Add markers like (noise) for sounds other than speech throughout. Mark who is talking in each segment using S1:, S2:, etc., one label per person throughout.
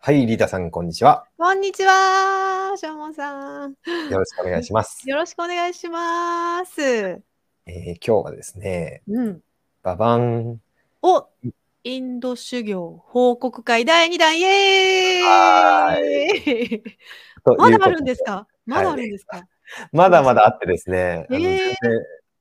S1: はい、リータさん、こんにちは。
S2: こんにちは、しょうもんさん。
S1: よろしくお願いします。
S2: よろしくお願いします。
S1: えー今日はですね、
S2: うん。
S1: ババン。
S2: お、インド修行報告会第2弾、イエ
S1: は
S2: ーイ
S1: ということ
S2: まだあるんですかまだあるんですか、
S1: まだまだあってですね、あの
S2: えー
S1: 全然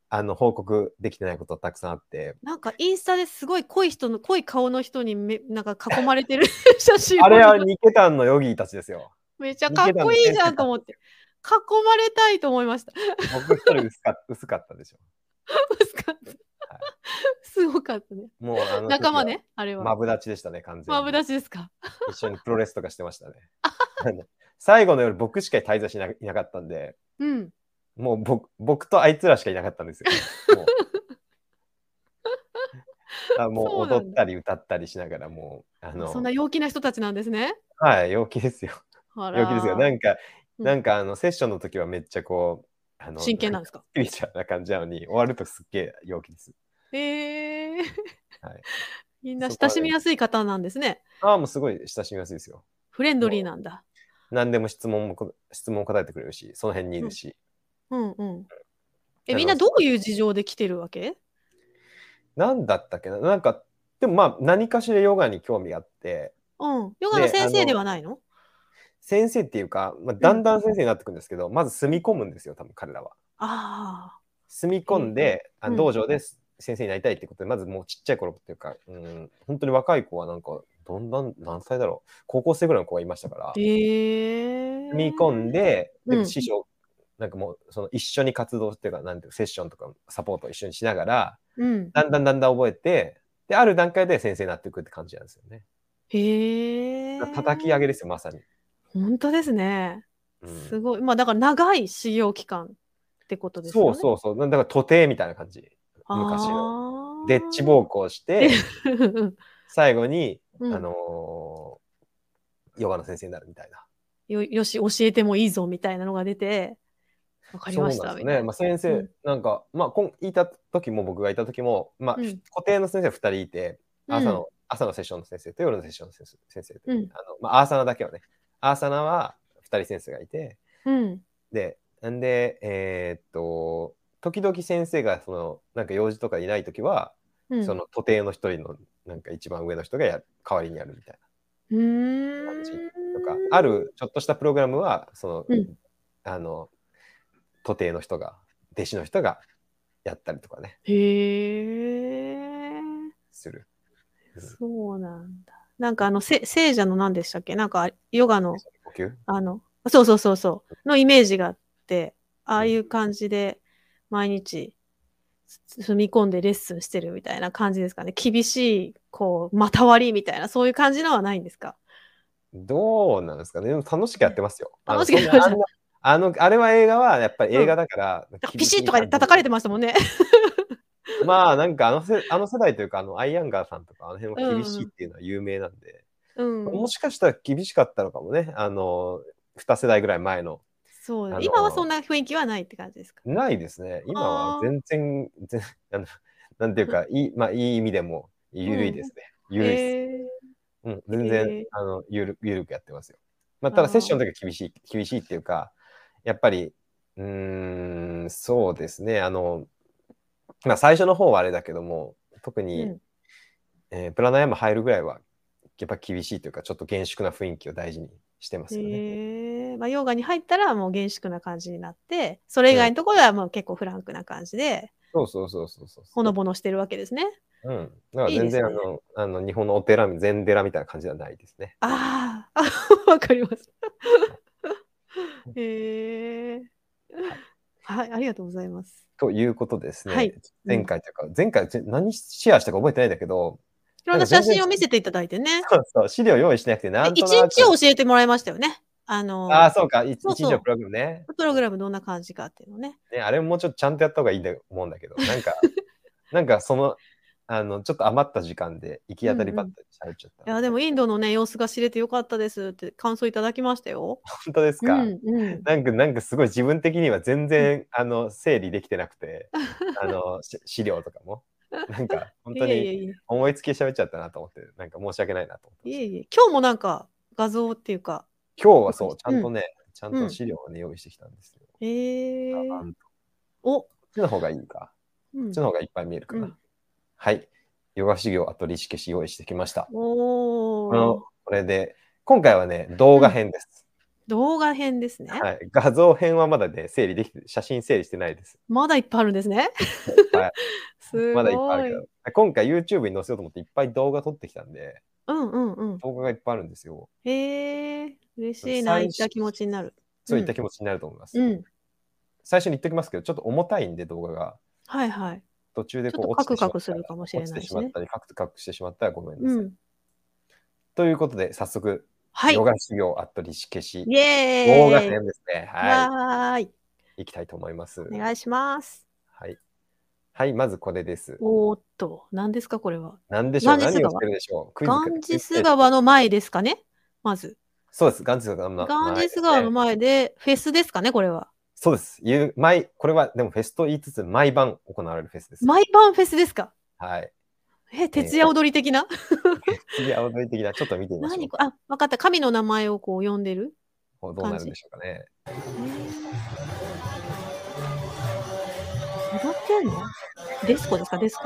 S1: あの報告できてないことたくさんあって、
S2: なんかインスタですごい濃い人の、濃い顔の人にめなんか囲まれてる
S1: (laughs)
S2: 写真を
S1: あれはニケタンのヨギーたちですよ。
S2: めっちゃかっこいいじゃんと思って。囲まれたいと思いました。 (laughs)
S1: 僕一人薄か (laughs) 薄かったでしょ。
S2: すごかったすごかったね。
S1: もうあの時は
S2: 仲間ね、あれ
S1: マ
S2: は。
S1: ブダチでしたね、完全に。
S2: マブダチですか
S1: 一緒にプロレスとかしてましたね。あの最後の夜、僕しか滞在しないなかったんで、
S2: うん。
S1: もう僕僕とあいつらしかいなかったんです
S2: (laughs)
S1: よ。もうあも
S2: そううな
S1: 踊
S2: んだ
S1: ったり歌ったりしながらもうあの
S2: そんな陽気な人たちなんですね。
S1: はい陽気ですよ
S2: あら
S1: 陽気ですよなんか、
S2: うん
S1: なんかあのセッションの時はめっちゃこうあの
S2: 真剣なん
S1: ん
S2: ですか。
S1: キリちゃな感じなのに終わるとすっげえ陽気です
S2: ええ
S1: はい。
S2: みんな
S1: そこは
S2: 親しみやすい方なんですね。
S1: ああもうすごい親しみやすいですよ
S2: フレンドリーなんだ。
S1: 何でも質問もこ質問答えてくれるしその辺にいるし、
S2: うんうん。
S1: あ
S2: え、
S1: の
S2: みんなどういう事情で来てるわけ
S1: なん、何だったっけななんかでもまあ何かしらヨガに興味があって
S2: うん。ヨガの
S1: ね
S2: 先
S1: あ
S2: 生
S1: の
S2: ではないの
S1: 先生っていうか、まあ、だんだん先生になってくるんですけど、まず住み込むんですよ多分彼らは。
S2: あ
S1: 住み込んで、
S2: うん
S1: あ道場で先生になりたいってことで、まずもうちっちゃい頃っていうか、うん、本当に若い子はなんか、どんどん何歳だろう、高校生ぐらいの子がいましたから
S2: あ。、ええ
S1: 住み込んで、
S2: う
S1: で
S2: ん
S1: 師匠、なんかもう、その一緒に活動っていうか、なんていうかセッションとかサポートを一緒にしながら、
S2: うん。
S1: だんだんだんだん覚えて、で、ある段階で先生になっていくって感じなんですよね。
S2: へえ。
S1: 叩き上げですよ、まさに。
S2: 本当ですね。
S1: うん
S2: すごい。まあだから長い修行期間ってことですよね
S1: そ。うそうそう、なんだから徒弟みたいな感じ。昔
S2: の
S1: でっち奉公して
S2: で、
S1: 最後に、
S2: (laughs) うん
S1: あのーヨガの先生になるみたいな。
S2: よよし教えてもいいぞみたいなのが出てわかりまし
S1: そうな
S2: た
S1: ん
S2: み
S1: ですね。
S2: たいな
S1: まあ、先生、
S2: うん
S1: なんか、まあ、こんいた時も僕がいた時も、まあ、
S2: うん
S1: 固定の先生2人いて、朝の、
S2: うん
S1: 朝のセッションの先生と夜のセッションの先生先生と、
S2: うん
S1: あのまあ、アーサナだけはね、アーサナは2人先生がいて、
S2: うん
S1: で、なんで、えーっと、時々先生がそのなんか用事とかいない時は、
S2: うん
S1: その徒弟の一人のなんか一番上の人がや代わりにやるみたいな。
S2: うーん
S1: 感じとか、あるちょっとしたプログラムは、その、
S2: うん
S1: あの、徒弟の人が、弟子の人がやったりとかね、
S2: へえ
S1: する。
S2: そうなんだなんかあのせ聖者の何でしたっけなんかヨガの
S1: 呼吸
S2: あのそうそうそうそうのイメージがあってああいう感じで毎日つ踏み込んでレッスンしてるみたいな感じですかね厳しいこうまた割りみたいなそういう感じのはないんですか
S1: どうなんですかね、でも楽しくやってますよ。あの
S2: 楽しくやってます
S1: そんなあの、あれは映画はやっぱり映画だから、
S2: なんかピシッとかで叩かれて
S1: ま
S2: ましたもんね。 (laughs)
S1: す。まあ、なんかあのせあの世代というか、あの、アイアンガーさんとか、あの辺は厳しいっていうのは有名なんで、
S2: うん、
S1: もしかしたら厳しかったのかもね、あの、2世代ぐらい前の。
S2: そうだ
S1: あの
S2: ね今はそんな雰囲気はないって感じですか。
S1: ないですね。今は
S2: あー
S1: 全然、全 (laughs) あのなんていうか、いい、まあ、いい意味でも、ゆるいですね。ゆるいです。
S2: え
S1: うん、全然、
S2: へー
S1: あのゆるゆるくやってますよ。まあ、ただ、
S2: あー
S1: セッションの時は厳しい、厳しいっていうか、やっぱり、うーん、そうですね。あの、まあ、最初の方はあれだけども、特
S2: ー
S1: に、
S2: うん
S1: えープラナヤマ入るぐらいは、やっぱ厳しいというか、ちょっと厳粛な雰囲気を大事にしてますよね。
S2: へーまあ、ヨガに入ったらもう厳粛な感じになってそれ以外のところはもう結構フランクな感じで
S1: そうそうそうそうそう。
S2: ほのぼのしてるわけですね。
S1: うん。だから
S2: いい
S1: 全
S2: です
S1: 然
S2: ね
S1: あの、あの、日本のお寺、禅寺みたいな感じではないですね。
S2: あー (laughs) あわかります。へえはいありがとうございます。
S1: ということですね。
S2: はい
S1: 前回というか、前回ぜ何シェアしたか覚えてないんだけど、 (laughs)
S2: いろ
S1: な
S2: んなん
S1: か全
S2: 写
S1: 然
S2: 真を見せていただいてね。
S1: そうそう資料用意しなくて、なん
S2: で
S1: と
S2: 一
S1: なく。
S2: 日を教えてもらいましたよね。あの
S1: ああ、そうか。い一
S2: そう
S1: 日
S2: そう
S1: のプログラムね
S2: プログラムどんな感じかっていうのね。
S1: ね。あれももうちょっとちゃんとやった方がいいと思うんだけど、 (laughs) なんか、なんかその、あの、ちょっと余った時間で行き当たりばったりしゃべっちゃった。
S2: いやでもインドのね様子が知れてよかったですって感想いただきましたよ。
S1: 本当ですか、
S2: うんうん、
S1: なんか、なんかすごい自分的には全然、あの、整理できてなくて、あの、し資料とかも。なんか、本当
S2: (laughs) いえいえ
S1: に
S2: いえ
S1: 思いつきで喋っちゃったなと思って、なんか申し訳ないなと思って。
S2: いえいえ今日もなんか画像っていうか。
S1: 今日はそう、ちゃんとね、ちゃんと資料をね、用意してきたんですよ。
S2: ええ
S1: ああんこ
S2: お、
S1: っちの方がいいか。
S2: うん
S1: こっちの方がいっぱい見えるかな。
S2: うん
S1: はい。ヨガ修行、あとリシケシ用意してきました。
S2: お
S1: あの
S2: ー
S1: これで、今回はね、動画編です。
S2: 動画編ですね。
S1: はい、画像編はまだね、整理できて、写真整理してないです。
S2: まだいっぱいあるんですね。
S1: はい
S2: (laughs) す
S1: ま
S2: ごい。
S1: だいっぱいあるけど。今回 YouTube に載せようと思っていっぱい動画撮ってきたんで、
S2: うんうんうん。
S1: 動画がいっぱいあるんですよ。
S2: へえ、嬉しいな、
S1: 最
S2: 行っ
S1: 初
S2: た気持ちになる。
S1: そういった気持ちになると思います。
S2: うん。
S1: 最初に言っておきますけど、ちょっと重たいんで動画が。
S2: はいはい。
S1: 途中で
S2: ちょっ
S1: ことう
S2: カ
S1: 落ち
S2: ク
S1: てしまったり
S2: カクするかもしれ
S1: 落ち
S2: な
S1: て
S2: い
S1: し
S2: し
S1: まっ
S2: ね。
S1: たり、カクカクしてしまったらごめんなさい。
S2: うん。
S1: ということで、早速、
S2: はい。
S1: ヨガ修行アットリシケシ、
S2: イエー
S1: 動
S2: イ。
S1: 画編ですね。はい。
S2: はーい。
S1: いきたいと思います。
S2: お願いします。
S1: はい。はい、まずこれです。
S2: おーっと、何ですかこれは。
S1: 何でしょう
S2: ガンジス
S1: 何を
S2: 川
S1: してるでしょうクイズ
S2: ガ
S1: ク
S2: ンジ
S1: クイ
S2: ス
S1: ズ
S2: 川の前ですかねまず。
S1: そうです。ガンジス川の
S2: ガンジス川の
S1: 前
S2: 前で、フェスですかねこれは。
S1: そうです。ゆ毎これは、でもフェスと言いつつ、毎晩行われるフェスです。
S2: 毎晩フェスですか
S1: はい。 (laughs)
S2: え、徹夜踊り的な、
S1: 次、青鳥的な、ちょっと見てみましょう
S2: 何。こあ、わかった。神の名前をこう呼んでる。
S1: こうどうなるんでしょうかね。
S2: 踊ってんのデスコですかデスコ。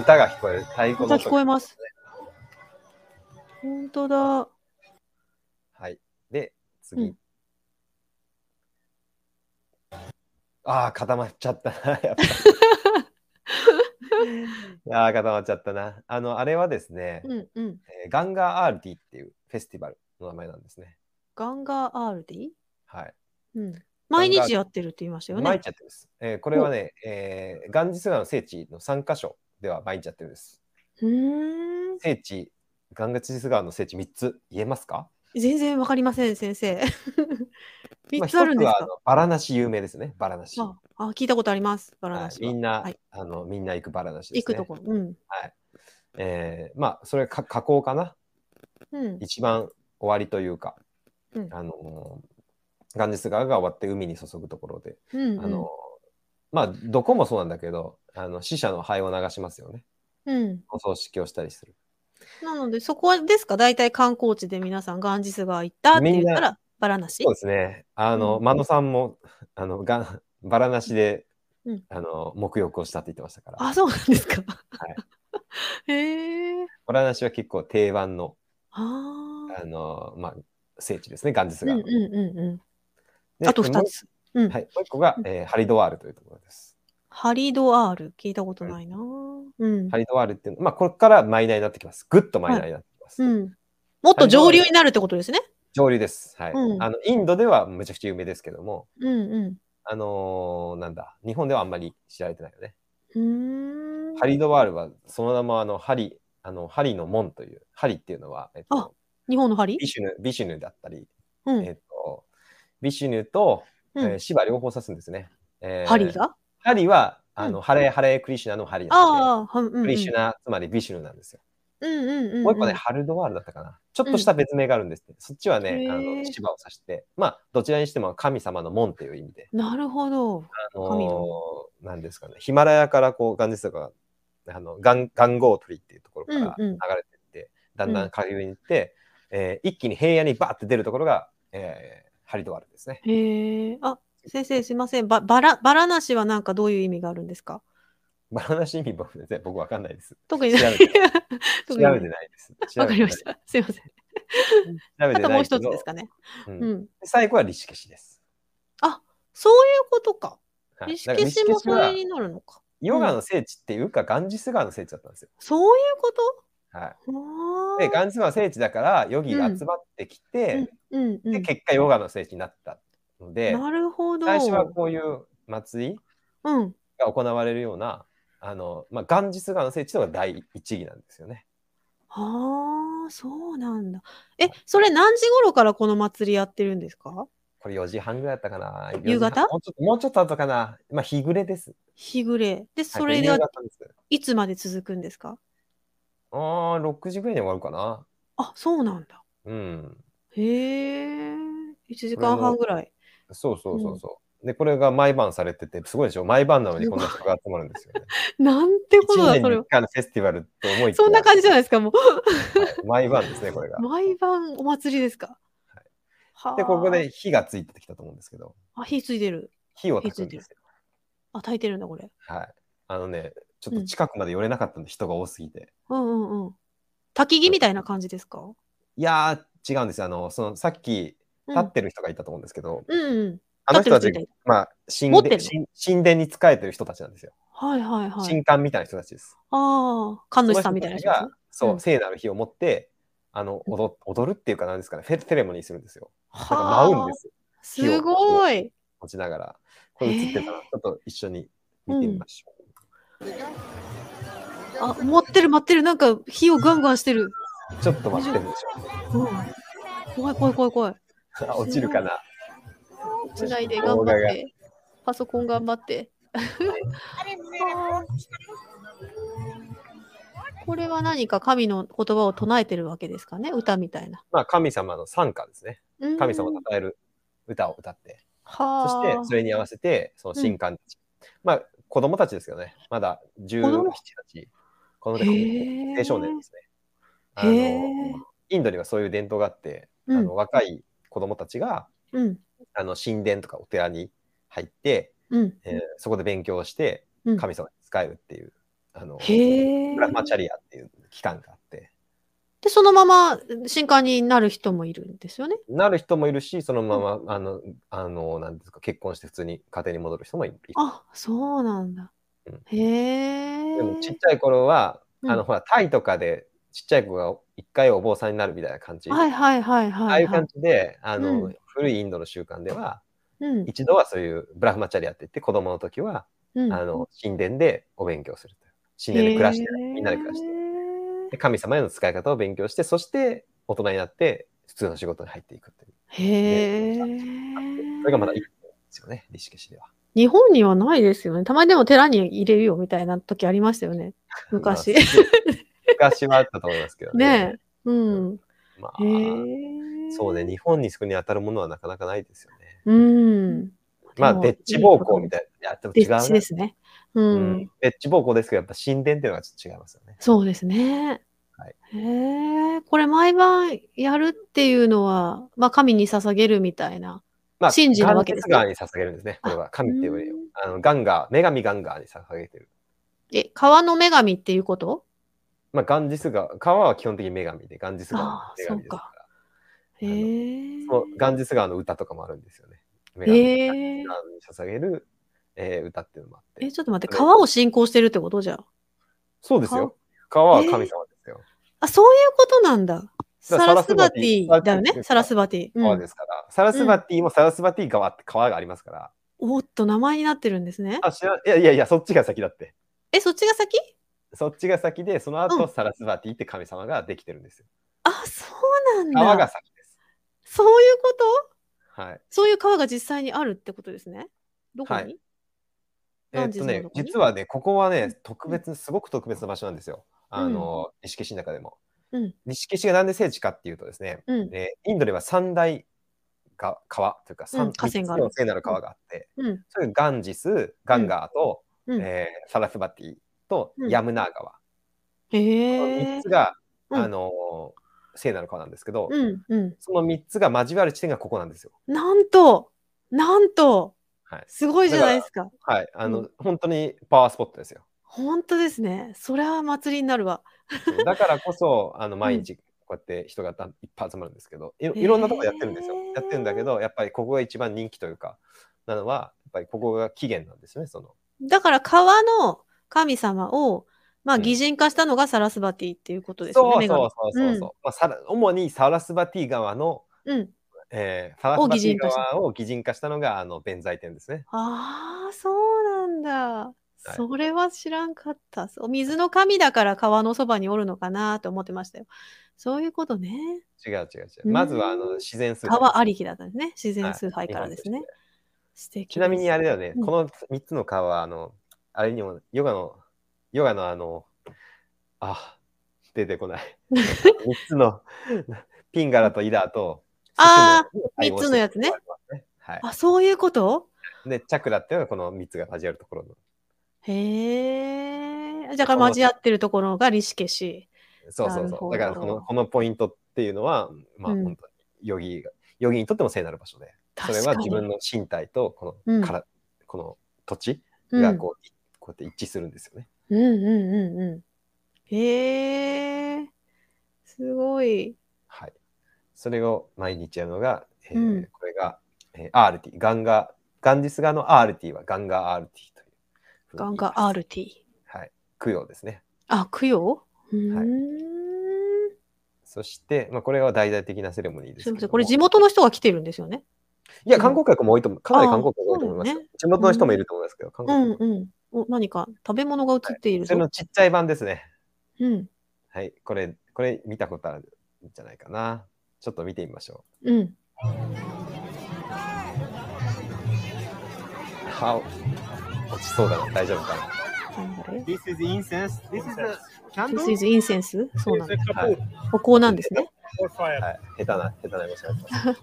S1: 歌が聞こえる。太鼓の
S2: 歌
S1: 音
S2: 聞こえます。本当だ。 (laughs)
S1: はい。で、次。
S2: うん
S1: ああ、固まっちゃったな、 (laughs) やっぱ
S2: (laughs)
S1: り。ああ、固まっちゃったな。あの、あれはですね、
S2: うんうん。
S1: えーガンガーアールディっていうフェスティバルの名前なんですね。
S2: ガンガー R でいい
S1: はい。
S2: うん。毎日やってるって言いましたよ
S1: 毎
S2: ね
S1: 日。やってるんです。えーこれはね、えーガンジス川の聖地の3カ所では毎日やってるんです。
S2: うーん。
S1: 聖地、ガンガジス川の聖地3つ言えますか
S2: 全然わかりません、先生。 (laughs)
S1: ま
S2: 3つあるんです
S1: 一つはあ
S2: か
S1: のバラナシ有名ですね。バラナシ。
S2: ああ、聞いたことあります。バラナシ
S1: はい、
S2: は。
S1: みんな、
S2: はい
S1: あのみんな行くバラナシです、ね。
S2: 行くところ。うん。
S1: はい。えーまあ、それか加工かな。
S2: うん。
S1: 一番終わりというか、
S2: うん
S1: あのーガンジス川が終わって海に注ぐところで、
S2: うん。
S1: あのーまあ、どこもそうなんだけど、あの死者の灰を流しますよね。
S2: うん。
S1: お葬式をしたりする。
S2: なので、そこですか大体観光地で皆さん、ガンジス川行ったって言ったら、バラナシ
S1: そうですね。あの、
S2: うん
S1: 真野さんも、あの、がんバラなしで、
S2: うん
S1: あの、沐浴をしたって言ってましたから。
S2: あ、そうなんですか。
S1: い
S2: (laughs) へえ。
S1: バラなしは結構定番の、
S2: ああ。
S1: あの、まあ、聖地ですね、ガンジス
S2: うん
S1: 川
S2: う
S1: の。
S2: んうんう
S1: で
S2: ん。あと
S1: も
S2: 2
S1: う
S2: つ。うん。
S1: はい、もう一個が、
S2: うん
S1: えーハリドワールというところです。
S2: ハリドアール、聞いたことないな。うん
S1: ハ。リドワールっていうのまあ、これからマイナーになってきます。ぐっとマイナーになってきます。
S2: うん。もっと上流になるってことですね。
S1: 上流です。はい、
S2: うん
S1: あの。インドではめちゃくちゃ有名ですけども、
S2: うんうん。
S1: あのーなんだ、日本ではあんまり知られてないよね。
S2: うーん
S1: ハリドワールは、その名もあの、ハリ、あの、ハリの門という、ハリっていうのは、えっ
S2: あ
S1: と、
S2: 日本の針
S1: ビシュヌ、ビシュヌだったり、
S2: う
S1: え
S2: ん。
S1: っと、ビシュヌと、え
S2: う
S1: ー
S2: ん。
S1: シバ両方指すんですね。えー
S2: 針が
S1: ハリは、
S2: うん
S1: あの、ハレ、ハレクリシュナのハリなんで、
S2: ああ、はうんうん。
S1: クリシュナ、つまりビシュヌなんですよ。
S2: うんうんうん。
S1: もう一個ね、ハルドワールだったかな。ちょっとした別名があるんですって。そっちはね
S2: へ、ー
S1: あの、芝を指して、まあ、どちらにしても神様の門っていう意味で、
S2: なるほど。
S1: あ
S2: 神
S1: の
S2: の
S1: ー、なんですかね、ヒマラヤからこう、ガンジス川が、あの、ガン、ガンゴートリっていうところから
S2: う
S1: 流れ
S2: んうん
S1: てって、だんだん下流に行って、えー一気に平野にバーって出るところが、えーハリドワールですね。
S2: へえ。あ、先生すいません。ば、ばら、ばらなしはなんかどういう意味があるんですか
S1: バラなし意味僕、ね、 (laughs) 僕わかんないです。
S2: 特に
S1: 調べ
S2: ない。
S1: て調
S2: (laughs)
S1: べて
S2: 特にな
S1: ないいです。調
S2: わ
S1: べてな
S2: かりま
S1: い。
S2: し
S1: 調
S2: た。すいません。
S1: べ
S2: あ
S1: て
S2: と
S1: な
S2: もう
S1: いけ
S2: 一つ
S1: ど
S2: ですかね。
S1: うん
S2: うん。
S1: 最後はリシケシです。
S2: そういうことか。
S1: はい
S2: 意
S1: だから
S2: 識しもそ
S1: は
S2: れになるのか。
S1: ヨガの聖地っていうか、ガンジス川の聖地だったんですよ。
S2: そういうこと
S1: は
S2: あ
S1: い、
S2: ー
S1: でガンジス川の聖地だからヨギが集まってきて、
S2: うんう
S1: で
S2: ん。
S1: 結果ヨガの聖地になったので、
S2: なるほど。
S1: 最初はこういう祭り
S2: うん。
S1: が行われるようなあの、まあ、ガンジス川の聖地とか第一義なんですよね。
S2: ああ、そうなんだ。え、それ何時頃からこの祭りやってるんですか
S1: これ4時半ぐらいだったかな
S2: 夕方
S1: 4時半もうちょっともうちょっと後かな、まあ、日暮れです。
S2: 日暮れ。で、
S1: はい
S2: それ
S1: こ夕
S2: が
S1: 方です
S2: いつまで続くんですか
S1: あー6時ぐらいに終わるかな。
S2: あ、そうなんだ。
S1: うん。
S2: へえ。1時間半ぐらい。
S1: そうそうそうそう。で、これが毎晩されてて、すごいでしょ毎晩なのにこんな人が集まるんですよね。
S2: なんてこと
S1: 1
S2: だ、
S1: 年
S2: (laughs) そ
S1: に
S2: れ
S1: 1
S2: は。
S1: 回のフェスティバルと思いきや
S2: そんな感じじゃないですか、も
S1: 毎晩ですね、これ
S2: (laughs)
S1: が
S2: う。。毎晩お祭りですか。は
S1: (laughs)
S2: あ
S1: で、ここで。火がついてきたと思うんですけど、
S2: あ、火ついてる。
S1: 火を焚くんですよ。
S2: あ、炊いてるんだ、これ。
S1: はい。あのね、ちょっと近くまで寄れなかったんで、人が多すぎて。
S2: うんうんうん。焚き木みたいな感じですか、
S1: いやー、違うんですよ。あの、その、さっき、
S2: うん、
S1: 立ってる人がいたと思うんですけど、
S2: うんうん。
S1: あの人たち
S2: 立ってる人い、
S1: まあ、神
S2: 持ってる
S1: 殿
S2: の
S1: 神神殿に仕えてる人たちなんですよ。
S2: はいはいはい。
S1: 神官みたいな人たちです。
S2: ああ、神主さんみたいな人
S1: その人た
S2: ですね
S1: ちが。そう、
S2: うん
S1: 聖なる日を持って、あの踊踊るっていうか、なんですかね、フェセレモニーするんですよ。なんか
S2: はあ
S1: 舞うんですよ、火を
S2: すごい。
S1: 持ちながら。これ映ってたら、
S2: へ
S1: ちょっと一緒に見てみましょう。
S2: あ、持ってる、待ってる、なんか火をガンガンしてる。
S1: ちょっと待ってるでし
S2: うん、怖い怖い怖い怖い。
S1: (laughs) ょ。あ落ちるかな。
S2: つないで頑張って。パソコン頑張って。あーこれは何か神の言葉を唱えてるわけですかね歌みたいな。
S1: まあ、神様の賛歌ですね。
S2: うん
S1: 神様を称える歌を歌って、
S2: は
S1: そ
S2: あ
S1: してそれに合わせて、その神官たち。まあ、子供たちですけどね、まだ17
S2: 供
S1: たち、この青
S2: へえ
S1: 少年ですね。あ
S2: へえ
S1: のインドにはそういう伝統があって、あ
S2: うん
S1: の若い子供たちが
S2: うん
S1: あの神殿とかお寺に入って、
S2: うん
S1: えーそこで勉強して
S2: うん。
S1: 神様に使えるっていう、あの
S2: へえ
S1: ブラ。マチャリアっていう期間があって
S2: で、そのまま神官になる人もいるんですよね。
S1: なる人もいるしそのまま、あのあのなんですか結婚して普通に家庭に戻る人もいる。
S2: あ、そうなんだ
S1: うん。
S2: へえ。
S1: でもちっちゃい頃は、
S2: うん
S1: あのほらタイとかでちっちゃい子が一回お坊さんになるみたいな感じ、
S2: はいはいはいはい、はい。
S1: ああいう感じであの、
S2: うん
S1: 古いインドの習慣では
S2: うん
S1: 一度はそういうブラフマチャリアって言って子供の時は、
S2: うん、
S1: あの神殿でお勉強するという神殿で暮らしてみんなで暮らして
S2: へー
S1: で神様への使い方を勉強してそして大人になって普通の仕事に入っていくっていう
S2: へえ。
S1: それがまだいいんですよねリシケシでは
S2: 日本にはないですよね。たまにでも寺に入れるよみたいな時ありましたよね。昔。
S1: まあすごい昔はあったと思いますけど
S2: ねえ。うん。
S1: まあ
S2: へえ。
S1: そうね。日本にそこに当たるものはなかなかないですよね
S2: うん。
S1: まあ、
S2: も
S1: でっち暴行みたいな。いや、でも
S2: で
S1: 違う
S2: っち
S1: ね
S2: ですね。う。
S1: うんん。でっち暴行ですけど、やっぱ神殿っていうのがちょっと違いますよね。
S2: そうですね。
S1: はい
S2: へえ。これ毎晩やるっていうのは、まあ神に捧げるみたいな。
S1: まあ、
S2: 神事なわけですね
S1: ガンゲス川に捧げるんですね。これは神っていうより
S2: うん
S1: あの、ガンガー、女神ガンガーに捧げてる。
S2: え、川の女神っていうこと
S1: まあ、ガンジス川、川は基本的に女神で、ガンジス川の女神ですから。
S2: へえ。
S1: そのガンジス川の歌とかもあるんですよね。女神
S2: へ
S1: ガンジ
S2: え
S1: ス。川に捧げる、えー歌っていうのもあって
S2: え、。ちょっと待って、
S1: それ
S2: 川を信仰してるってことじゃん。
S1: そうですよ。川は神様ですよ。
S2: あ、そういうことなんだ。
S1: ら
S2: サラスバティ
S1: サラスバティ
S2: だよね、サラスバティ。う
S1: 川
S2: ん
S1: ですから。サラスバティもサラスバティ川って川がありますから。
S2: おっと、名前になってるんですね。
S1: あ、知らんいやいやいや、そっちが先だって。
S2: え、そっちが先
S1: そっちが先で、その後、
S2: うん
S1: サラスバティって神様ができてるんですよ。
S2: あ、そうな
S1: 川
S2: ん
S1: が
S2: だ。
S1: 先です。
S2: そういうこと
S1: はい。
S2: そういう川が実際にあるってことですね。どこに、
S1: はいえ
S2: ガ
S1: ー
S2: ン
S1: っ
S2: ジ
S1: と
S2: スの
S1: ね
S2: とこ、に
S1: 実はね、ここは
S2: うん
S1: ね、特別、すごく特別な場所なんですよ。あの、錦市の中でも
S2: うん。
S1: 錦市がなんで聖地かっていうとですね、
S2: うん。
S1: えーインドでは三大が川というか、
S2: う
S1: 三
S2: ん河川がある
S1: 三つの聖なる川があって、
S2: うん。
S1: それがガンジス、ガンガーと、
S2: うん。
S1: えーサラスバティと
S2: うん
S1: ヤムナー川。この
S2: へ
S1: 3
S2: え
S1: つ。が、
S2: うん
S1: あのー聖なる川なんですけど、
S2: うん。う
S1: その3つが交わる地点がここなんですよ。
S2: ん。なんと、なんと、
S1: はい。
S2: すごいじゃないですか。
S1: はい。あの、
S2: う
S1: 本当にパワースポットですよ。
S2: 本当ですね。それは祭りになるわ。
S1: そうだからこ
S2: (laughs)
S1: そ、あの、毎日こうやって人がたいっぱい集まるんですけど、いろいろんなとこやってるんですよ
S2: へー。
S1: やってるんだけど、やっぱりここが一番人気というか、なのは、やっぱりここが起源なんですね、その。
S2: だから川の神様を、まあ、
S1: うん
S2: 擬人化したのがサラスバティっていうことですよね。
S1: そうそう
S2: 女神
S1: そうそうそう。まあさら、主にサラスバティ川の、
S2: うん。
S1: えー、サラスバティ川を擬人化したのが、あの、弁財天ですね。
S2: ああ、そうなんだ。
S1: い
S2: それは知らんかった。お水の神だから川のそばにおるのかなと思ってましたよ。そういうことね。
S1: 違う違う違
S2: う
S1: う。
S2: ん
S1: まずは、あの、自然数学
S2: 川ありきだったんですね。自然崇
S1: は
S2: 拝
S1: い
S2: からです
S1: 日本
S2: ね
S1: とし。
S2: 素敵です
S1: ちなみにあれだよね、
S2: うん
S1: この3つの川は、あの、あれにも、ヨガの、ヨガのあの、あ、出てこない。3つ
S2: (laughs)
S1: の、ピンガラとイダーと、
S2: あ
S1: ー
S2: 三つのやつね。
S1: はい。
S2: あ、そういうこと
S1: で、チャクラっていうのがこの3つが交わるところの。
S2: へえ。じゃあ、交わってるところがリシケシ。
S1: そうそう
S2: なる
S1: そ
S2: ほ
S1: う。
S2: ど
S1: だからこの、このポイントっていうのは、まあ
S2: うん
S1: 本当に、ヨギ、ヨギにとっても聖なる場所で、そ
S2: 確か
S1: れ
S2: に。
S1: は自分の身体と、こ
S2: う
S1: の、
S2: ん
S1: から、この土地
S2: うん
S1: がこう、こうやって一致するんですよね。
S2: うんうんうんうん。へえ。すごい。
S1: はい。それを毎日やるのが、えー
S2: うん
S1: これが、えー、RT、ガンガ、ガンジス川の RT はガンガ RT というふうに言います。
S2: ガンガ RT。
S1: はい。供養ですね。
S2: あ、供養うーん、
S1: はいそして、まあ、これは大々的なセレモニーです
S2: す
S1: けども
S2: みません。これ地元の人が来てるんですよね。
S1: いや、観光客も多いと思う。かなり観光客多いと思いますよ。
S2: あーそう
S1: 地元の人もいると思いますけど、観
S2: う
S1: 光
S2: ん
S1: 客も。
S2: うん。お何か食べ物が映っている
S1: そ
S2: ぞ。
S1: れのちっちゃい版ですね。
S2: うん。
S1: はい。これ、これ見たことあるんじゃないかな。ちょっと見てみましょ
S2: うん。
S1: う。あ、落ちそうだな。大丈夫かな。
S2: なんだれ
S3: This is incense. This is a candle.
S2: ?This is incense? そうなんだ
S3: It's。a
S1: Hi.
S3: kaput
S2: お香なんですね。
S3: for fire.
S1: はい。下手な、下手な虫がいます。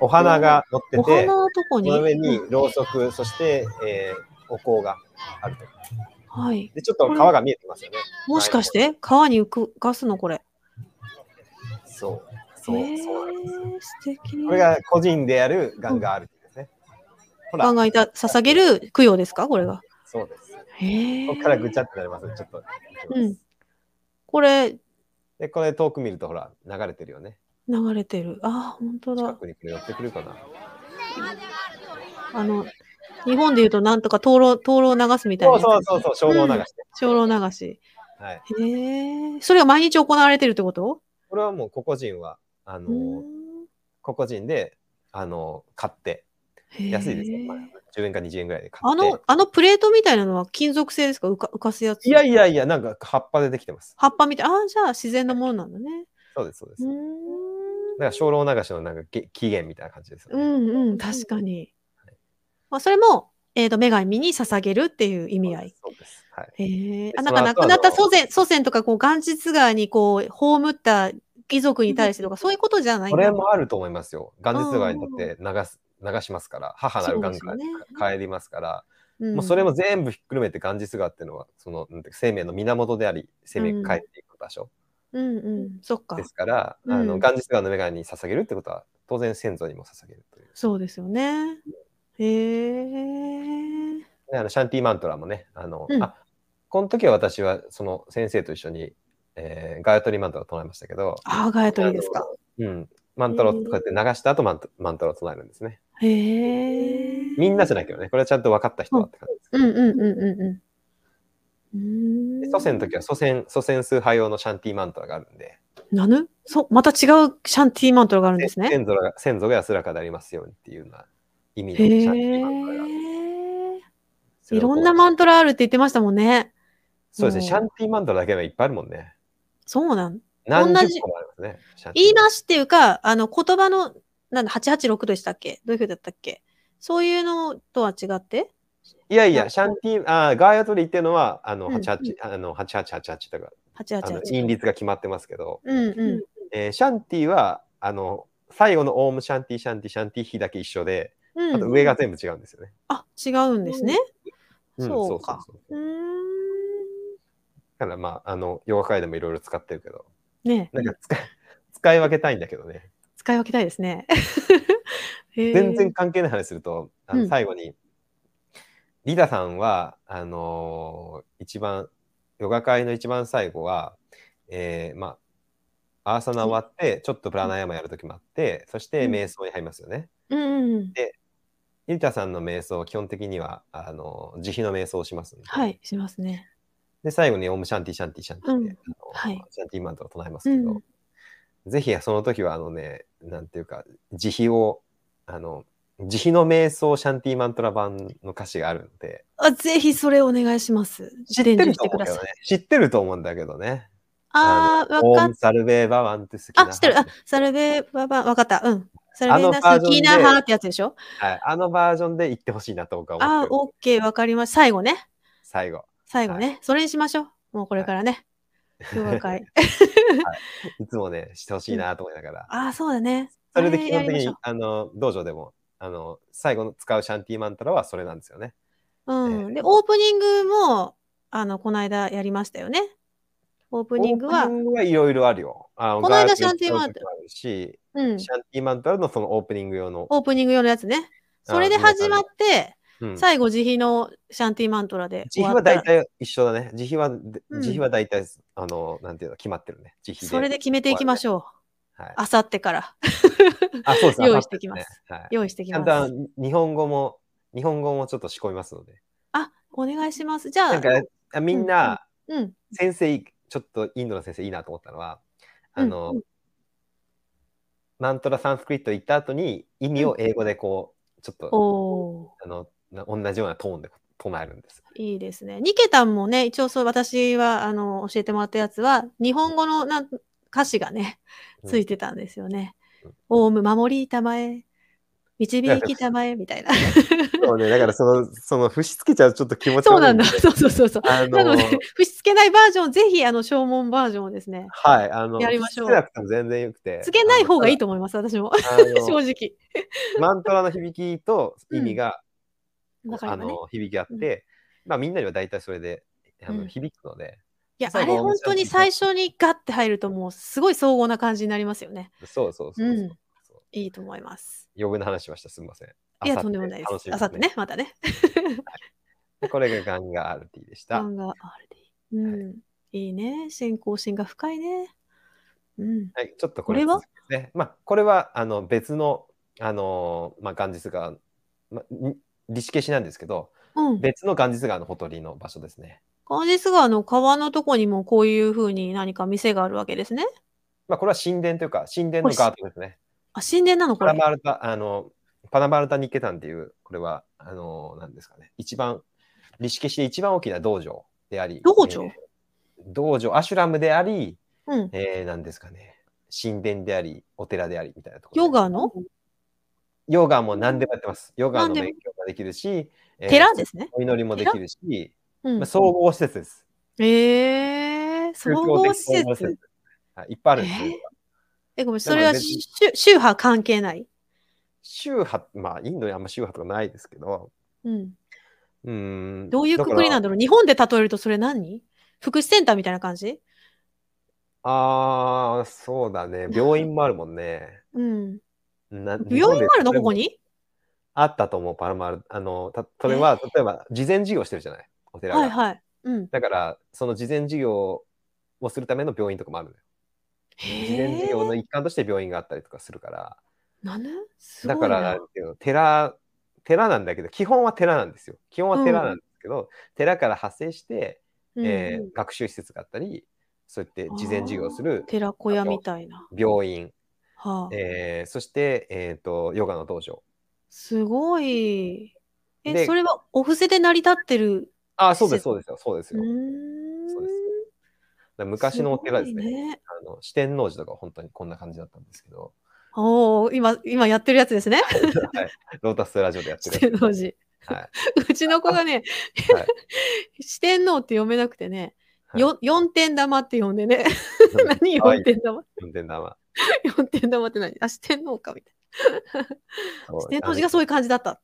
S1: お花が乗って
S2: お花
S1: て、
S2: のとこ
S1: そ
S2: に。
S1: の上にろうそく、そして、えーお香があると。
S2: はい。
S1: で、ちょっと川が見えてますよね。
S2: もしかして川に浮かすのこれ。
S1: そう。
S2: え
S1: そう、
S2: ー
S1: そうなんです。、
S2: 素敵。
S1: これが個人でやるガンガールですね。ほら
S2: 考、えた捧げる供養ですかこれが。
S1: そうです。
S2: へえ。
S1: ここからぐちゃってなります。ちょっと行きます。
S2: うんこれ
S1: で、これ遠く見るとほら、流れてるよね。
S2: 流れてる。ああ、本当
S1: 近
S2: だ。
S1: くにこれ寄ってくるかな。
S2: あの、日本で言うとなんとか灯籠、灯籠を流すみたい
S1: そう
S2: な。
S1: そうそうそう、衝動流して。
S2: 精霊流し。
S1: はい。
S2: へえ。それが毎日行われてるってこと
S1: これはもう個々人は、あの
S2: うーん
S1: 個々人で、あの買って、
S2: へえ
S1: 安いですよ。まあ10円か20円ぐらいで買
S2: あ
S1: って
S2: の。、あのプレートみたいなのは金属製ですか浮か浮かすやつ。
S1: いやいやいや、なんか葉っぱでできてます。
S2: 葉っぱみたい。ああ、じゃあ自然のものなんだね。
S1: そうです、そうで
S2: う
S1: す。
S2: ー
S1: だ
S2: ん。
S1: から、精霊流しのなんかげ起源みたいな感じですよ
S2: う
S1: ね。
S2: んうん、確かに。まあ、それも、えっ、と、女神に捧げるっていう意味合い。
S1: そうです。はい。
S2: へえあ
S1: そ
S2: な
S1: の
S2: んか亡くなっ
S1: あ
S2: た
S1: とあの
S2: 祖先祖先とかこう元日川にこう葬った遺族に対してとかそういうことじゃない
S1: こ
S2: んだ
S1: れもあると思いますよ。元日川にだって流す流しますから、母なる元
S2: そう
S1: から
S2: ですよね
S1: 帰りますから、
S2: うん
S1: もうそれも全部ひっくるめて元日川っていうのは、そのなんていうか生命の源であり、生命が帰っていく場所
S2: うんうんそっか
S1: ですから、
S2: うん
S1: あ
S2: う
S1: の
S2: ん
S1: 元日川の女神に捧げるってことは、当然先祖にも捧げるという。
S2: そうですよねへえ
S1: であのシャンティマントラもね、あの、
S2: うん
S1: あこの時は私はその先生と一緒に、えーガヤトリマントラを唱えましたけど、
S2: ああガヤトリですか
S1: うん、マントラをこうやって流した後マントマントラを唱えるんですね。
S2: へえ
S1: みんなじゃないけどね、これはちゃんと分かった人はって感じですけ
S2: うん
S1: ど。
S2: うんうんうんうんうー
S1: で
S2: ん
S1: 祖先の時は祖先祖先崇拝用のシャンティマントラがあるんで、
S2: なぬそうまた違うシャンティーマントラがあるんですね
S1: 先祖が先祖が安らかでありますようにっていうような意味のシ
S2: へ
S1: ャンティマントラがある
S2: え
S1: そ
S2: い
S1: れをこ
S2: ろ
S1: うん
S2: なマントラあるって言ってましたもんね
S1: そうですね、シャ
S2: もう
S1: ンティマントラだけはいっぱいあるもんね。
S2: そうなん
S1: 何
S2: 同
S1: 十
S2: じ
S1: 個もありますね。シャンティ
S2: 言い
S1: マン
S2: 回しっていうか、あの、言葉の、なんだ、886でしたっけどういうふうだったっけそういうのとは違って
S1: いやいや、シャンティあーガーヤトリっていうのは、あの、
S2: うん
S1: 88、あの、8888とか、あの、
S2: ?888。
S1: 韻律が決まってますけど、
S2: うんうん。
S1: えーシャンティは、あの、最後のオームシャンティシャンティシャンティヒだけ一緒で、
S2: うん、
S1: あと上が全部違うんですよね。
S2: あ、違うんですね。
S1: ん
S2: そうか。
S1: そう
S2: う
S1: そう
S2: ーん。
S1: だからまあ、あの、ヨガ界でもいろいろ使ってるけど、
S2: ねえ
S1: なんか (laughs) 使い使い分けたいんだけどね。
S2: 使い分けたいで
S1: (laughs)
S2: すね。へえ
S1: 全然。関係ない話すると、あ
S2: う
S1: の
S2: ん
S1: 最後に、リダさんは、あのー一番、ヨガ会の一番最後は、えーまあ、アーサナ終わって、ちょっとプラナヤマやるときもあって、そして
S2: うん
S1: 瞑想に入りますよね。
S2: うんうん。
S1: リダさんの瞑想、基本的には、あのー慈悲の瞑想をしますんで
S2: はい、しますね。
S1: で、最後にオムシャンティシャンティシャンティって、
S2: うん
S1: あの
S2: はい
S1: シャンティマントを唱えますけど、ぜひその時は、あのね、なんていうか、慈悲を、あの、慈悲の瞑想シャンティマントラ版の歌詞があるので、
S2: あ、ぜひそれお願いします。
S1: 知って
S2: 伝
S1: る
S2: 授
S1: と
S2: し
S1: 思
S2: てく
S1: う
S2: だ
S1: け
S2: さ
S1: ど
S2: い
S1: ね。。知ってると思うんだけどね。
S2: あ
S1: の
S2: ー、わ
S1: オ
S2: か
S1: ー
S2: っ
S1: ムサルベーバワントゥスキナ
S2: あ、
S1: ハ
S2: 知ってる。あ、サルベババ、わかった。うん。サルベ
S1: あの
S2: ナ
S1: バー
S2: ス
S1: ジョンで
S2: キーナハーってやつでしょ
S1: はい、あのバージョンで言ってほしいなと僕は思っ
S2: あ
S1: て
S2: ー、
S1: る。
S2: オッケー、わかりました。最後ね。
S1: 最後。
S2: 最後ね、それにしましょう。もうこれからね。ヨガ会。
S1: (laughs) いつもね、してほしいなと思いながら。
S2: ああ、そうだね。
S1: それで基本
S2: あや
S1: 的
S2: りまし
S1: に
S2: ょう、
S1: あの、道場でも、あの、最後の使うシャンティーマントラはそれなんですよね。
S2: うん。
S1: え
S2: で、オープニングも、あの、この間やりましたよね。オープニング
S1: オー
S2: は
S1: プ、ニングはいろいろあるよ。あ
S2: この間シャンティーマント
S1: ラもあるし、
S2: うん。
S1: シャンティーマントラのそのオープニング用の、
S2: オープニング用のやつね。それで始まって、
S1: うん、
S2: 最後、慈悲のシャンティーマントラで
S1: 慈
S2: 終
S1: 悲
S2: わ
S1: は
S2: った
S1: 大
S2: ら
S1: 体一緒だね。慈悲は、で
S2: うん
S1: 慈悲は大体、あの、なんていうの、決まってるね。慈悲で。
S2: それで決めていきましょう。
S1: はい、
S2: あさってから。
S1: あ、そうですね
S2: 用意してきます。
S1: はい、
S2: 用意してき
S1: ちゃ
S2: ま
S1: ん
S2: す
S1: と。あの日本語も、日本語もちょっと仕込みますので。
S2: あ、お願いします。じゃ
S1: な
S2: あ
S1: ん、か、あみんな、
S2: うん。
S1: 先生、ちょっとインドの先生いいなと思ったのは、あの、
S2: うん
S1: マントラサンスクリット行った後に、意味を英語でこう、ちょっと、
S2: おー。
S1: あのな同じようなトーンで唱えるんです。
S2: いいですね。ニケタンもね、一応そう、私は、あの、教えてもらったやつは、日本語のなん歌詞がね、
S1: うん
S2: ついてたんですよね。
S1: うん
S2: オウム、守りたまえ、導きたまえ、みたいな。
S1: そうね、だからその、その、節つけちゃうとちょっと気持ち悪い
S2: そうなんだ。
S1: で
S2: そうそうそうそう。
S1: あ
S2: なの
S1: の
S2: で、、節つけないバージョン、ぜひ、あの、正門バージョンをですね、
S1: はい、あの、
S2: やりましょう
S1: つけなくても全然よくて。
S2: つけない方がいい
S1: と。
S2: と思います、私も。
S1: あ
S2: (laughs) 正
S1: の
S2: 直。
S1: マントラの響きと意味が、
S2: 中
S1: あ
S2: にはね。
S1: の、響きあって、まあ、みんなには大体それで、あ
S2: う
S1: の、
S2: ん
S1: 響くので、
S2: いや、あ
S1: 最後
S2: れ本当に最初にガッて入ると、もう、すごい総合な感じになりますよね。
S1: そうそうそうそう
S2: うん
S1: そう
S2: いいと思います。
S1: 余分な話しました。すみません。
S2: いや、とんでもないです。あさってね、またね。
S1: ね。これがガンガ RT でした。
S2: 漫画 RD。うん。いいね。信仰心が深いね。うん。
S1: はい、ちょっとこれ
S2: これは
S1: 続きですね、まあ、これはあの別の、あのーまあ、ガンジス川、まあ、にリシケシなんですけど、
S2: うん。
S1: 別のガンジス川のほとりの場所ですね。
S2: ガンジス川の川のとこにもこういうふうに何か店があるわけですね。
S1: まあ、これは神殿というか、神殿のガードですね。
S2: あ、神殿なのこ
S1: パナ
S2: れ。
S1: マルタ、あの、パナマルタニケタンっていう、これは、あのー、なんですかね、一番、リシケシで一番大きな道場であり、
S2: 道場
S1: えー道場、アシュラムであり、
S2: うん。
S1: えー、なんですかね、神殿であり、お寺でありみたいなところで。
S2: ヨガの
S1: ヨガも何でもやってます。ヨガの
S2: 何でも
S1: 勉強ができるし、えー
S2: 寺ですね。
S1: お祈りもできるし、
S2: う
S1: まあ、
S2: ん。
S1: 総合施設です。
S2: えー、総合施
S1: 宗教的総合施
S2: 設。。
S1: はい、いっぱいあるんですよ
S2: えーえ、ごめん、それは
S1: でも別に
S2: し宗宗派関係ない。
S1: 宗派、まあ、インドにあんま宗派とかないですけど、
S2: うん。
S1: うーん。
S2: どういうくくりなん
S1: だ
S2: だろう日本で例えるとそれ何福祉センターみたいな感じ
S1: からああ、そうだね。病院もあるもんね。
S2: うん。
S1: な
S2: 病院もある
S1: 日本
S2: の
S1: で
S2: ここに
S1: あったと思う、パラマル。あの、たそれは、例えば、事前授業してるじゃない、お寺が。
S2: はいはい。うん。
S1: だから、その事前授業をするための病院とかもあるのよ。事前
S2: へ
S1: 授業
S2: ー
S1: の一環として病院があったりとかするから、
S2: なんですご
S1: だ
S2: い
S1: から
S2: な
S1: なんていうの寺寺なんだけど基本は寺なんですよ基本は寺なんですけど、寺から発生して、
S2: うん
S1: えー学習施設があったりそうやって事前授業をする
S2: 寺子屋みたいな。
S1: 病院、
S2: はあ、
S1: えーそして、えー、とヨガの道場
S2: すごい。え、
S1: で
S2: それはお布施で成り立ってる。
S1: あそうで
S2: 施設
S1: すそうですよそうです
S2: うー
S1: よ、だかそ
S2: ん
S1: うですら昔のお寺ですね
S2: ごいね
S1: あの四天王寺とかは本当にこんな感じだったんですけ
S2: (laughs)
S1: ど
S2: おお、今、今やってるやつですね。
S1: はいロータスラジオでやって
S2: 四
S1: る
S2: 天 (laughs)
S1: やつ
S2: 王寺。
S1: は
S2: うちの子がね、
S1: い、はい
S2: (laughs) 四天王って読めなくてね、
S1: はい
S2: よ四点玉って呼んでね。 (laughs) 何
S1: 可愛い
S2: 四点玉
S1: 四天王寺
S2: 四点玉って何あ、四天王かみたいな。四天王寺がそういう感じだった。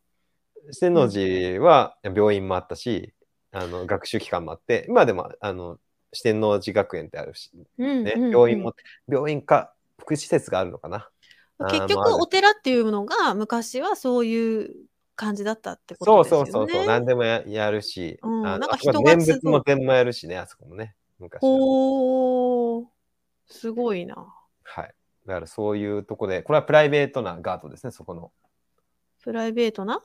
S1: 四天王寺は病院もあったし、あの学習機関もあって、今でもあの四天王寺学園ってあるし、
S2: うん
S1: ね
S2: うんうん
S1: 病院も、病院か福祉施設があるのかな。
S2: 結
S1: あーま
S2: 局
S1: あ
S2: お寺っていうのが昔はそういう感じだったってこ
S1: そ
S2: と
S1: う
S2: です
S1: そ
S2: よね。
S1: うそうそう、何でもややるし、
S2: うん
S1: あの
S2: なんか
S1: あそこは
S2: 人が
S1: 念仏
S2: 集う
S1: も全もやるしね、あそこもね、昔は。
S2: おお、すごいな。
S1: はい。だからそういうとこで、これはプライベートなガードですね、そこの。
S2: プライベートな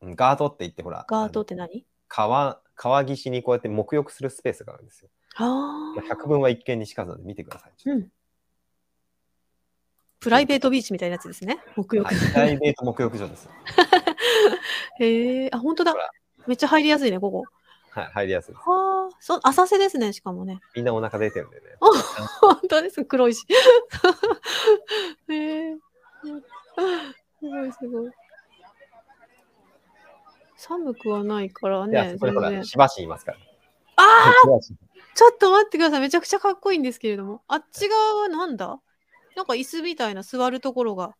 S1: うんガードって言って、ほら、
S2: ガード
S1: あ
S2: っ
S1: の
S2: て何
S1: 川川岸にこうやって沐浴するスペースがあるんですよ。
S2: あ
S1: まあ
S2: あ、
S1: 百聞は一見にしかずなので見てください。ちょっと
S2: うん。プライベートビーチみたいなやつですね。沐浴。
S1: はいプライベート沐浴所です。
S2: へえ、あ、本当だ
S1: ほら。
S2: めっちゃ入りやすいね、ここ。
S1: はい、入りやすいです。
S2: はあ、そう、浅瀬ですね、しかもね。
S1: みんなお腹出てるんでね。
S2: 本当です、黒いし。 (laughs) へえ。すごいすごい。寒くはないから
S1: いや、
S2: ね、
S1: そこでほら、
S2: 全然
S1: しばしいますから。
S2: ああ、
S1: 手足
S2: ちょっと待ってください。めちゃくちゃかっこいいんですけれども。あっち側はなんだなんか椅子みたいな座るところがある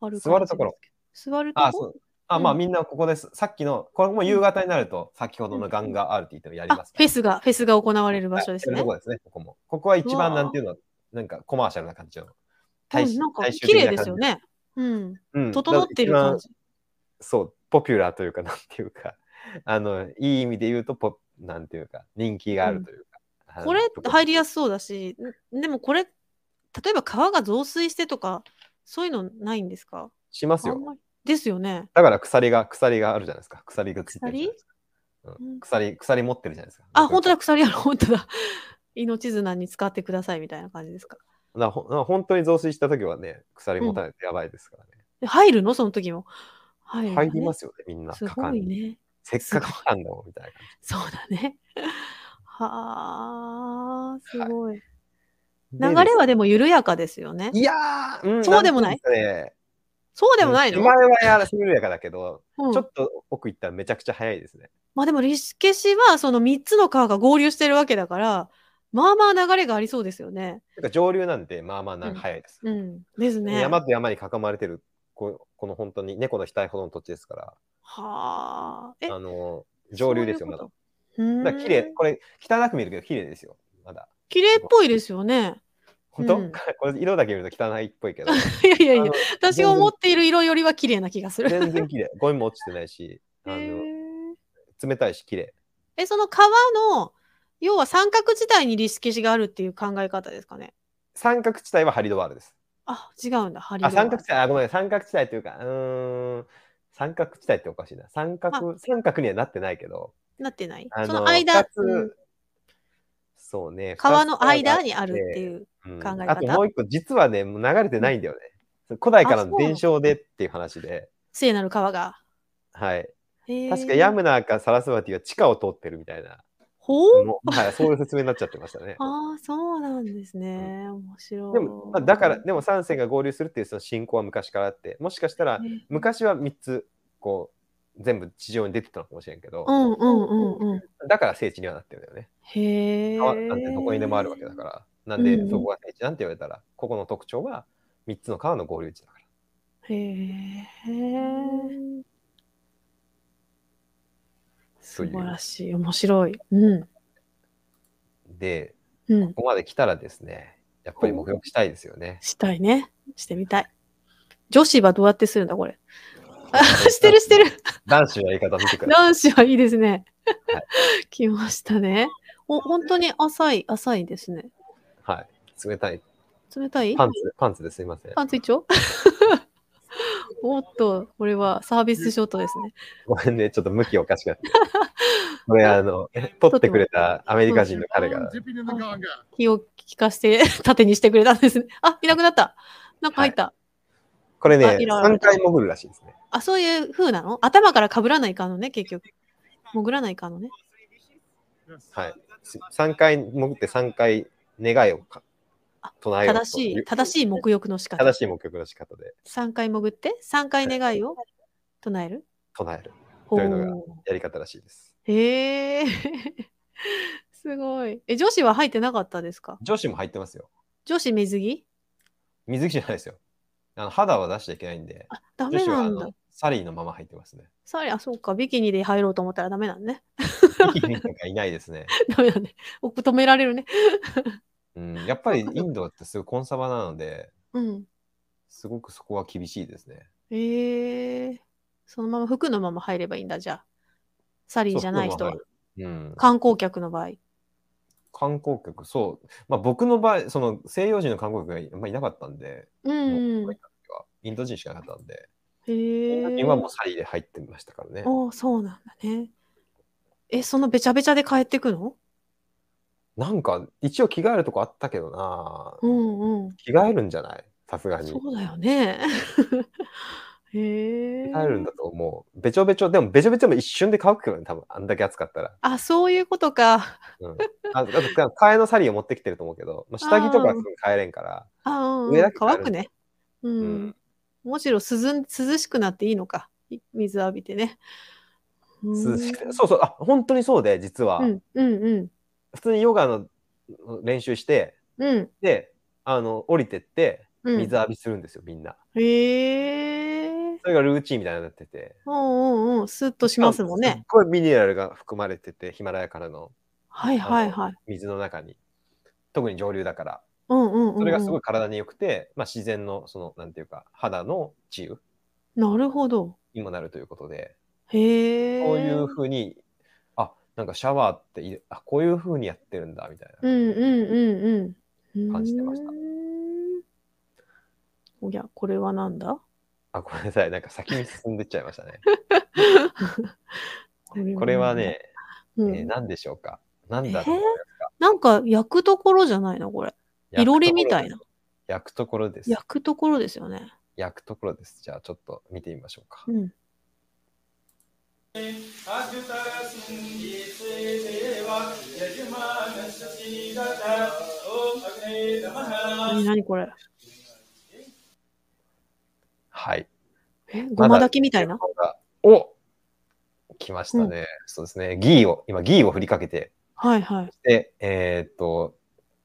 S2: 感じですけど
S1: 座るところ。
S2: 座るところ
S1: あ、そう。あ、まあ
S2: うん
S1: みんなここです。さっきの、これも夕方になると、先ほどのガンガー RT とやり
S2: あ
S1: ます
S2: フェスが、フェスが行われる場所です
S1: や
S2: ね。
S1: るとこですね、ここも。ここは一
S2: う
S1: 番
S2: わー
S1: なんていうの、なんかコマーシャルな感じの。
S2: うんなんか綺麗ですよ
S1: ね。
S2: ね。うん。
S1: うん
S2: 整ってる感。じ。
S1: そう、ポピュラーというか、なんていうか、あの、いい意味で言うと、ポなんていうか、人気があるというか。あの
S2: これ
S1: と
S2: 入りやすそうだし、んでもこれ、例えば川が増水してとか、そういうのないんですか
S1: します
S2: あん
S1: よ。
S2: まりですよね。
S1: だから鎖が、鎖があるじゃないですか。鎖がついてるじゃないですか。
S2: うん
S1: 鎖鎖持ってるじゃないですか。
S2: あ、本当だ、鎖ある、本当だ。 (laughs) 命綱に使ってくださいみたいな感じですか。
S1: なほな本当に増水した時はね、鎖持たないとやばいですからね。
S2: で入るのその時も。入るんだね
S1: 入りますよね、みんな。
S2: す
S1: 果
S2: ご
S1: 敢
S2: い
S1: に。
S2: ね。
S1: せっかく来たんだもん、みたいな感
S2: そうだね。 (laughs) はあ、すごい。
S1: じ。
S2: 流れはでも緩やかですよね
S1: で。いやー、ん
S2: そうでもない
S1: んてうんですかね
S2: そうでもないの、
S1: 手前はやらせるやかだけど、
S2: うん
S1: ちょっと奥行ったらめちゃくちゃ早いですね。
S2: まあでも、リシケシはその3つの川が合流してるわけだから、まあまあ流れがありそうですよね。
S1: なんか上流なんて、まあまあなん
S2: うん
S1: か早いです。
S2: うん。ですね。
S1: 山と山に囲まれてる、ここの本当に猫の額ほどの土地ですから、
S2: はあ。え、
S1: あの、上流ですよ、
S2: そうい
S1: ま
S2: う
S1: だ
S2: こ。と。うーん
S1: だから綺麗、これ、汚く見えるけど綺麗ですよ、まだ。
S2: 綺麗っぽいですよね。 (laughs)
S1: 本当、
S2: うん
S1: (laughs) これ色だけ見ると汚いっぽいけど。
S2: (laughs) いやいやい
S1: あ
S2: や
S1: の、
S2: 私が思っている色よりは綺麗な気がする。
S1: 全然綺麗。ゴミも落ちてないし、あ
S2: へ
S1: の
S2: ー
S1: 冷たいし綺麗。
S2: え、その川の、要は三角地帯にリシケシがあるっていう考え方ですかね。
S1: 三角地帯はハリドワールです。
S2: あ、違うんだ、ハリド
S1: あ、
S2: ワー
S1: 三角地帯、あ、ごめん、三角地帯というか、うーん、三角地帯っておかしいな。三角、三角にはなってないけど、
S2: なってない。
S1: あ
S2: その間、
S1: 二つ
S2: うん
S1: そうね。
S2: 川の間にあるっていう。
S1: 二つ
S2: 考え
S1: 川があって、うん
S2: 方
S1: あともう一個、実はね、もう流れてないんだよね。古代から
S2: あ
S1: の
S2: そう
S1: 伝承でっていう話で、
S2: 聖なる川が。
S1: はい。
S2: へー
S1: 確かヤムナーかサラスバティは地下を通ってるみたいな、
S2: ほう
S1: もうはい、そういう説明になっちゃってましたね。
S2: (laughs) ああ、そうなんですね。面白い。
S1: でも、まあ、だから、でも三線が合流するっていうその信仰は昔からあって、もしかしたら
S2: ね、
S1: 昔は3つ、こう、全部地上に出てたのかもしれんけど、
S2: うんうんうんうん。
S1: だから聖地にはなってるんだよね。
S2: へえ。
S1: 川なんてどこにでもあるわけだから。なんで
S2: う、ん
S1: そこが聖地なんて言われたら、ここの特徴は3つの川の合流地だから。
S2: へえ。
S1: そう
S2: 素
S1: いう
S2: 晴らしい。面白い。うん。
S1: で、
S2: うん。
S1: ここまで来たらですね、やっぱり目標したいですよね。
S2: したいね。してみたい。女子はどうやってするんだ、これ。あしてるしてる。
S1: (laughs) 男子のやり方見てください。
S2: 男子はいいですね
S1: は。
S2: (laughs) 来ましたね。お、本当に浅い、浅いですね。
S1: はい。冷たい。
S2: 冷たい
S1: パンツ、パンツですいません。
S2: パンツ一丁 (laughs) おっと、これはサービスショットですね。
S1: ごめんね、ちょっと向きおかしくなって。これ、あの、撮ってくれたアメリカ人の彼が、
S2: 気を利かして、 (laughs) 縦にしてくれたんですね。あ、いなくなった。なんか入った。
S1: これね、
S2: あいろいろ
S1: 3回潜るらしいですね。
S2: あ、そういう風なの頭から被らないかんのね、結局。潜らないかんのね。
S1: はい。3回潜って3回願いをか唱えようと
S2: 正しい、正しい沐浴の仕方。
S1: 正しい目標の仕方で
S2: 3回潜って、3回願いを唱える。
S1: 唱える
S2: ほ
S1: というのが
S2: う。
S1: やり方らしいです。
S2: へえ。 (laughs) すごい。え、女子は入ってなかったですか
S1: 女子も入ってますよ。
S2: 女子水着
S1: 水着じゃないですよ。あの肌は出しちゃいけないんで、
S2: あ、ダ
S1: 女
S2: メ
S1: 子は
S2: な
S1: あ
S2: んだ
S1: の。サリーのまま入ってます
S2: (laughs)
S1: ね。 (laughs)
S2: そりゃ、そうか。ビキニで入ろうと思ったらダメなんね。 (laughs)
S1: ビキニとかいないですね。
S2: ダメだね。お止められるね。
S1: うん、やっぱりインドってすごいコンサバなので、
S2: うん。
S1: すごくそこは厳しいですね。
S2: ええそのまま服のまま入ればいいんだ、じゃあ。サリーじゃない人は
S1: そう。。服のまま入るうん、
S2: 観光客の場合。
S1: 観光客、そう。まあ僕の場合、その西洋人の観光客があんまりいなかったんで、
S2: うん
S1: もう。インド人しかいなかったんで、
S2: へ
S1: インド
S2: え
S1: 人はもうサリーで入ってましたからね。
S2: おお、そうなんだね。え、そのべちゃべちゃで帰ってくの
S1: なんか、一応着替えるとこあったけどな、
S2: うんうん。
S1: 着替えるんじゃないさすがに。
S2: そうだよね。 (laughs) へえ
S1: 着替えるんだと思う。べちょべちょ、でもべちょべちょも一瞬で乾くけどね、多分あんだけ暑かったら。
S2: あ、そういうことか。
S1: うん、ああと、替えのサリーを持ってきてると思うけど、まあ、下着とかはすぐ替えれんから、
S2: あうんう
S1: 上
S2: ん
S1: だ、け変え
S2: 乾
S1: る
S2: くね。う。
S1: うん
S2: むしろ涼ん涼しくなっていいのか。い水浴びてね。
S1: 涼しくて。そうそう、あ、本当にそうで、実は。
S2: うんうんうん
S1: 普通にヨガの練習して、
S2: うん
S1: で、あの、降りてって、
S2: うん。
S1: 水浴びするんですよ、みんな。
S2: へえー。
S1: それがルーチンみたいになってて。
S2: うんうんうん。スッとしますもん
S1: すっ
S2: ね。
S1: ごいミネラルが含まれてて、ヒマラヤからの
S2: はいはいはい。
S1: 水の中に。特に上流だから。
S2: うんうんうんうん。
S1: それがすごい体に良くて、まあ自然の、その、なんていうか、肌の治癒
S2: なるほど。
S1: にもなるということで、
S2: へえ。
S1: こういうふうに、あ、なんかシャワーっていい、あ、こういうふうにやってるんだ、みたいな。
S2: うんうんうんうん。
S1: 感じてました
S2: うーん。おや、これはなんだ
S1: あ、ごめんなさい。なんか先に進んでっちゃいましたね。
S2: これ
S1: これは、ね、
S2: (laughs) う
S1: えー
S2: ん
S1: 何でしょうか何だと思いますか
S2: なんか焼くところじゃないのこれ。いろりみたいな。
S1: 焼くところです。
S2: 焼くところですよね。
S1: 焼くところです。じゃあちょっと見てみましょうか。
S2: うん。え何これ
S1: はい。
S2: えごま炊きみたいな。
S1: お来ましたね、そうですね。ギーを、今ギーを振りかけて、
S2: はいはい。
S1: で、えーっと、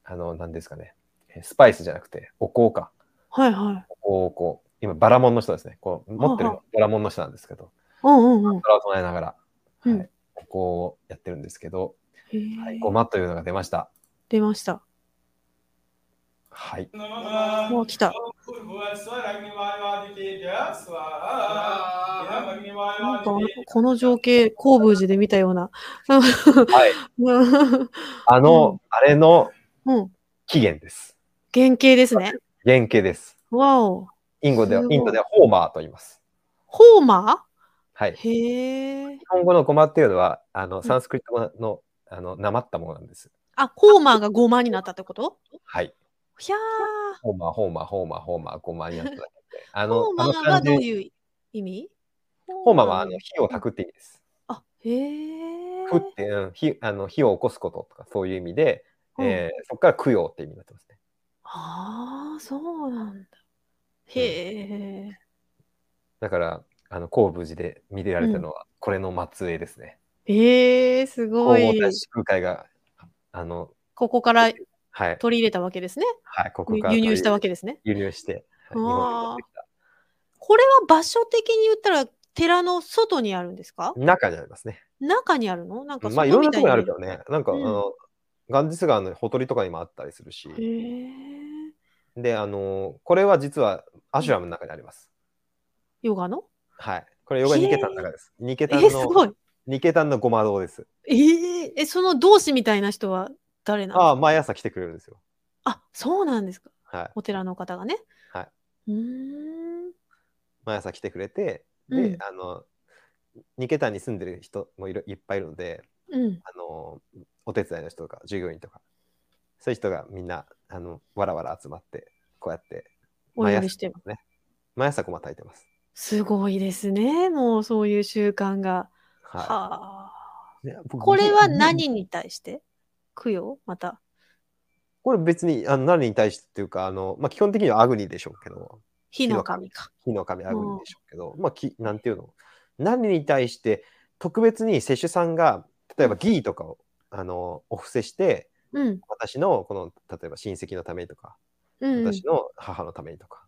S1: あの、何ですかね。えスパイスじゃなくて、お香か。
S2: はいはい。
S1: お香をこう、今、バラモンの人ですね。こう、持ってるの
S2: は
S1: はバラモンの人なんですけど、
S2: うんうんうん。
S1: それを唱えながら、はい
S2: うん
S1: お香をやってるんですけど、
S2: へー
S1: はい、ごまというのが出ました。
S2: 出ました。 (laughs)
S1: はい。
S2: もう来た。なんかこの情景、神宮寺で見たような。 (laughs)
S1: はい。
S2: うん
S1: あの、あれの
S2: うん。
S1: 起源です。
S2: 原型ですね。
S1: 原型です。
S2: わお。
S1: インドでは
S2: す、ごい
S1: インドではホーマーと言います。
S2: ホーマ
S1: はい
S2: ー。へえ。
S1: 日本語のゴマっていうのは、あの、サンスクリット語の、あの、なまったものなんです。
S2: あ、ホーマーがゴマになったってこと
S1: はい。
S2: ひゃー。
S1: ホーマー、ホーマー、ホーマー、ホーマー、ゴマになっただけで。あの
S2: ホ
S1: あ
S2: ー、マ
S1: の
S2: ーが
S1: 漢
S2: どう
S1: 字、
S2: いう意味
S1: ホーマーは、あ
S2: の
S1: の、火を焚くって意味です。
S2: あ、へえ。
S1: ふって、うん、火、あの、火を起こすこととか、そういう意味で、
S2: うん
S1: えーそこから供養って意味になってますね。
S2: ああ、そうなんだ。へえ。
S1: だから、あの、神武寺で見られたのは、これの末裔ですね。
S2: ええ、すご
S1: 神
S2: い
S1: 武。大師空海が、あの、
S2: ここから
S1: はい、
S2: 取り入れたわけですね。
S1: はい、ここから
S2: 輸入したわけですね。
S1: 輸入して、はい
S2: あー
S1: 日本に持ってきた
S2: これは場所的に言ったら寺の外にあるんですか
S1: 中にありますね。
S2: 中にあるのなんか
S1: まあいろんなところにあるけ
S2: けど
S1: どね、なんか、
S2: うん
S1: あのガンジス川のほとりとかにもあったりするし、
S2: へえ。
S1: で、あのこれは実はアシュラムの中にあります。
S2: ヨガの
S1: はい。これヨガ
S2: へー
S1: ニケタンの中です。ニケ
S2: え
S1: タン
S2: ー、すご
S1: の、
S2: い。
S1: ニケタンのごま堂です。
S2: えー、え、その同志みたいな人は誰なの
S1: あ
S2: あ
S1: あ、毎朝来てくれるんですよ。
S2: そうなんですか。
S1: はい。
S2: お寺の方がね。
S1: は
S2: うーん。
S1: 毎朝来てくれて、で、
S2: うん
S1: あの、ニケタンに住んでる人もいるいっぱいいるので、
S2: うん。
S1: あのお手伝いの人とか従業員とかそういう人がみんなあのわらわら集まってこうやって
S2: お
S1: 毎
S2: 祈り
S1: 朝
S2: してる。
S1: 毎朝ごま炊いてます。
S2: すごいですね。もうそういう習慣が。
S1: は
S2: はあ。
S1: い、ね僕
S2: これは
S1: 僕
S2: 何に対して供養また。
S1: これ別にあの何に対してっていうかあの、まあ、基本的にはアグニでしょうけど
S2: 火の神か。
S1: 火の神アグニでしょうけど、まあ、きなんていうの何に対して特別に施主さんが例えばギーとかをあのお布施して
S2: うん。
S1: 私のこの例えば親戚のためにとか
S2: うん。
S1: 私の母のためにとか、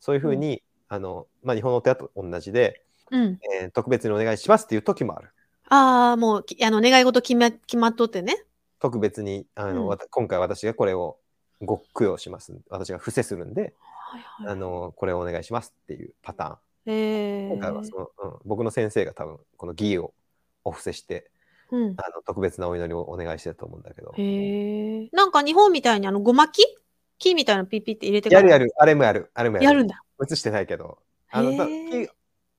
S1: そういうふうに、あのまあ、日本のお寺と同じで、
S2: うん。
S1: えー特別にお願いしますっていう時もある
S2: ああ、もう、きあの、願い事決ま決まっとってね。
S1: 特別にあの、
S2: うん
S1: わた今回私がこれをご供養します私が伏せするんで、
S2: はい
S1: あのこれをお願いしますっていうパターン、
S2: えー、
S1: 今回はその、うん、僕の先生が多分この義をお布施して
S2: うん
S1: あの特別なお祈りをお願いしてたと思うんだけど、
S2: へえ。なんか日本みたいにあの、ごまき木みたいなのピッピって入れて
S1: やるや
S2: る。
S1: るあれもやるあれもやる
S2: やるんだ。
S1: 映してないけどあ
S2: へ
S1: の
S2: ー
S1: 多分木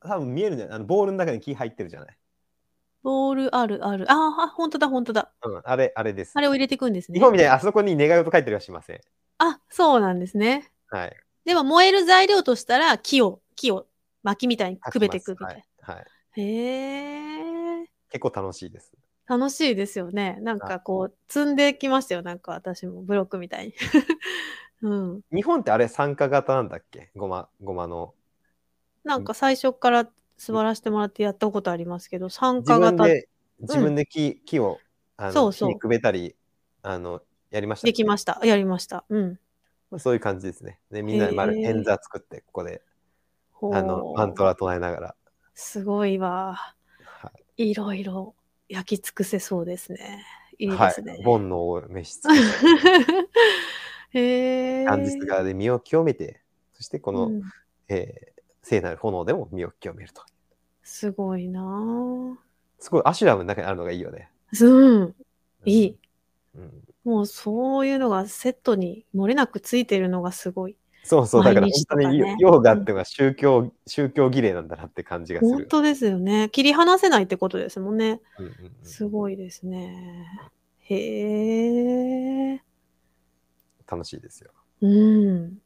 S1: 多分見えるんじゃないあのボールの中に木入ってるじゃない、
S2: ボールあるある。あーあ、ほんとだほんとだ。
S1: うん、あれあれです
S2: あれを入れていくんですね
S1: 日。本みたいにあそこに願い事書いてるはしません。
S2: あ、そうなんですね。
S1: はい。
S2: でも燃える材料としたら木を、木を薪みたいにくべていくみた
S1: はいい。はい。
S2: な。へえ。
S1: 結構楽しいです。
S2: 楽しいですよね。なんかこう、積んできましたよ。なんか私もブロックみたいに。 (laughs) うん。
S1: 日本ってあれ参加型なんだっけごま、ごまの。
S2: なんか最初から座らせてもらってやったことありますけど、参
S1: 自
S2: 加
S1: 分
S2: 型
S1: で、自分で木,、木を、あの
S2: そうそう
S1: 木にくべたり、あの、やりましたね、
S2: できました。やりました。うん。
S1: まあそういう感じですね。で、みんなで丸、
S2: へー
S1: 円座作って、ここで、
S2: ほう
S1: あの、マントラ唱えながら。
S2: すごいわ。
S1: はい
S2: ろいろ焼き尽くせそうですね。い
S1: い、
S2: いで
S1: はい
S2: すね。
S1: 煩悩を召し付けて、
S2: (laughs) へえ。
S1: ガンジス川で身を清めて、そしてこの、
S2: うん
S1: えー聖なる炎でも身を清めると。
S2: すごいなぁ。
S1: すごい、アシュラムの中にあるのがいいよね。
S2: うん。
S1: うん
S2: いい。。
S1: うん、
S2: もうそういうのがセットに漏れなくついてるのがすごい。
S1: そうそう、だから
S2: 毎
S1: 本
S2: 日
S1: 当
S2: とかね
S1: にヨーガっていうのは宗教、宗教儀礼なんだなって感じがする。
S2: 本当ですよね。切り離せないってことですもんね。
S1: うんうんうん
S2: すごいですね。へえ。
S1: 楽しいですよ。
S2: うん。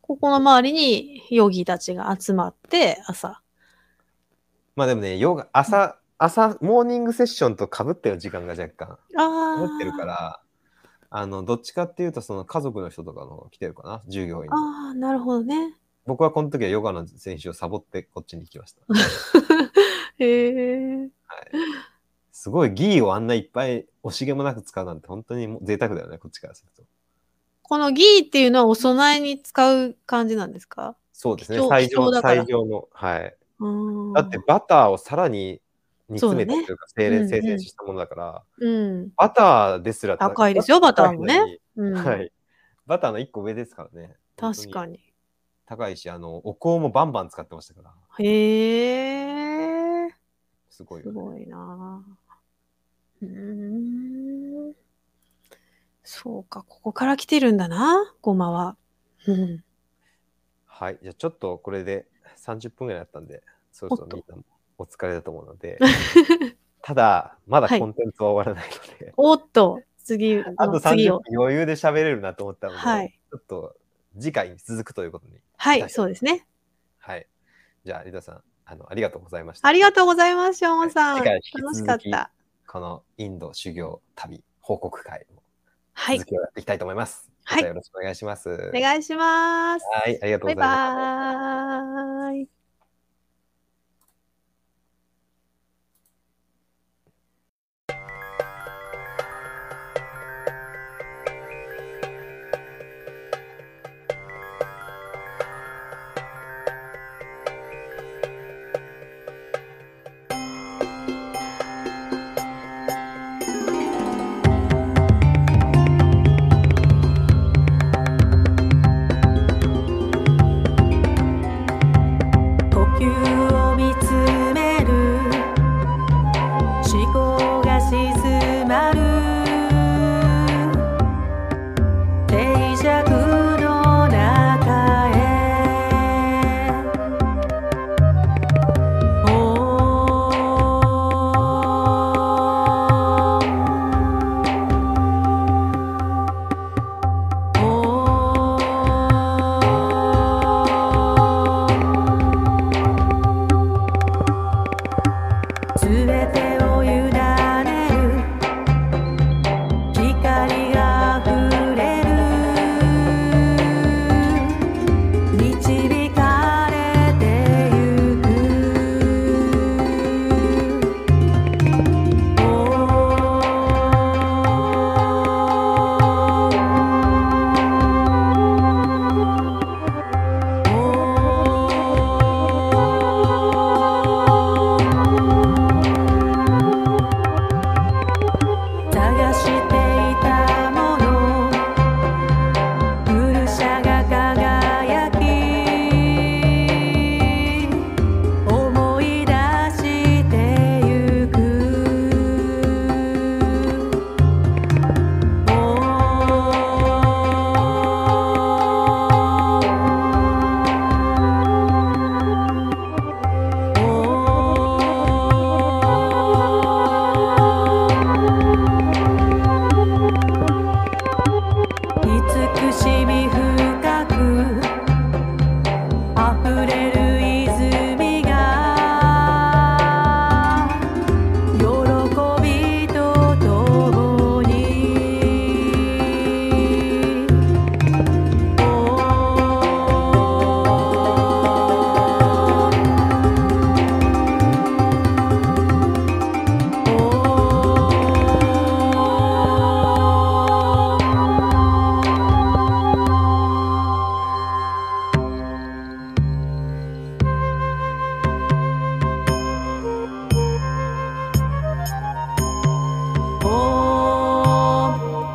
S2: ここの周りにヨギたちが集まって朝。
S1: まあでもね、ヨガ、朝、朝、モーニングセッションとかぶってる時間が若干
S2: あ
S1: 被
S2: あ。
S1: ってるから、あの、どっちかっていうと、その家族の人とかの方が来てるかな、従業員の。
S2: ああ、なるほどね。
S1: 僕はこの時はヨガの選手をサボってこっちに来ました。
S2: へえ。
S1: すごいギーをあんないっぱい惜しげもなく使うなんて本当にもう贅沢だよね、こっちからすると。
S2: このギーっていうのはお供えに使う感じなんですか
S1: そうですね
S2: 貴、重
S1: 最
S2: 貴重
S1: 上
S2: だ
S1: の、
S2: から
S1: 最上の。はい。
S2: うん。
S1: だって、バターをさらに煮詰めた
S2: そうだ
S1: とい
S2: ね
S1: うか、精
S2: うんう
S1: 錬、
S2: ん
S1: 精錬したものだから、
S2: うん。
S1: バターですら
S2: 高いですよバターもね
S1: 高いのに
S2: うん、
S1: はい。バターの1個上ですからね。
S2: 確か
S1: に。
S2: に。
S1: 高いし、あの、お香もバンバン使ってましたから、
S2: へえ。
S1: すごい
S2: す
S1: よ、ね。
S2: ごいなぁうーん。そうか、ここから来てるんだな、ごまは。うん。
S1: はい。じゃあちょっとこれで30分ぐらいだったんで、そろそろみんなもお疲れだと思うの
S2: (laughs)
S1: で、ただ、まだ
S2: はい
S1: コンテンツは終わらないの
S2: (laughs)
S1: で、
S2: おっと、次の、
S1: あと
S2: 次
S1: 30
S2: を。
S1: 分余裕で喋れるなと思ったので、
S2: はい
S1: ちょっと次回に続くということに。
S2: はい、そうですね。
S1: はい。じゃあ、リタさん、あの、ありがとうございました。
S2: ありがとうございます、しょうもさん。
S1: はい
S2: 楽
S1: 次回引き
S2: し
S1: 続き
S2: かった。
S1: このインド修行旅報告会も
S2: はい
S1: 続、きをやっていきたいと思います。
S2: は
S1: ま
S2: い
S1: たよろしくお願いします。
S2: お願いします。
S1: はい、ありがとうござ
S2: バイ
S1: います。
S2: バーイ。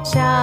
S4: シャ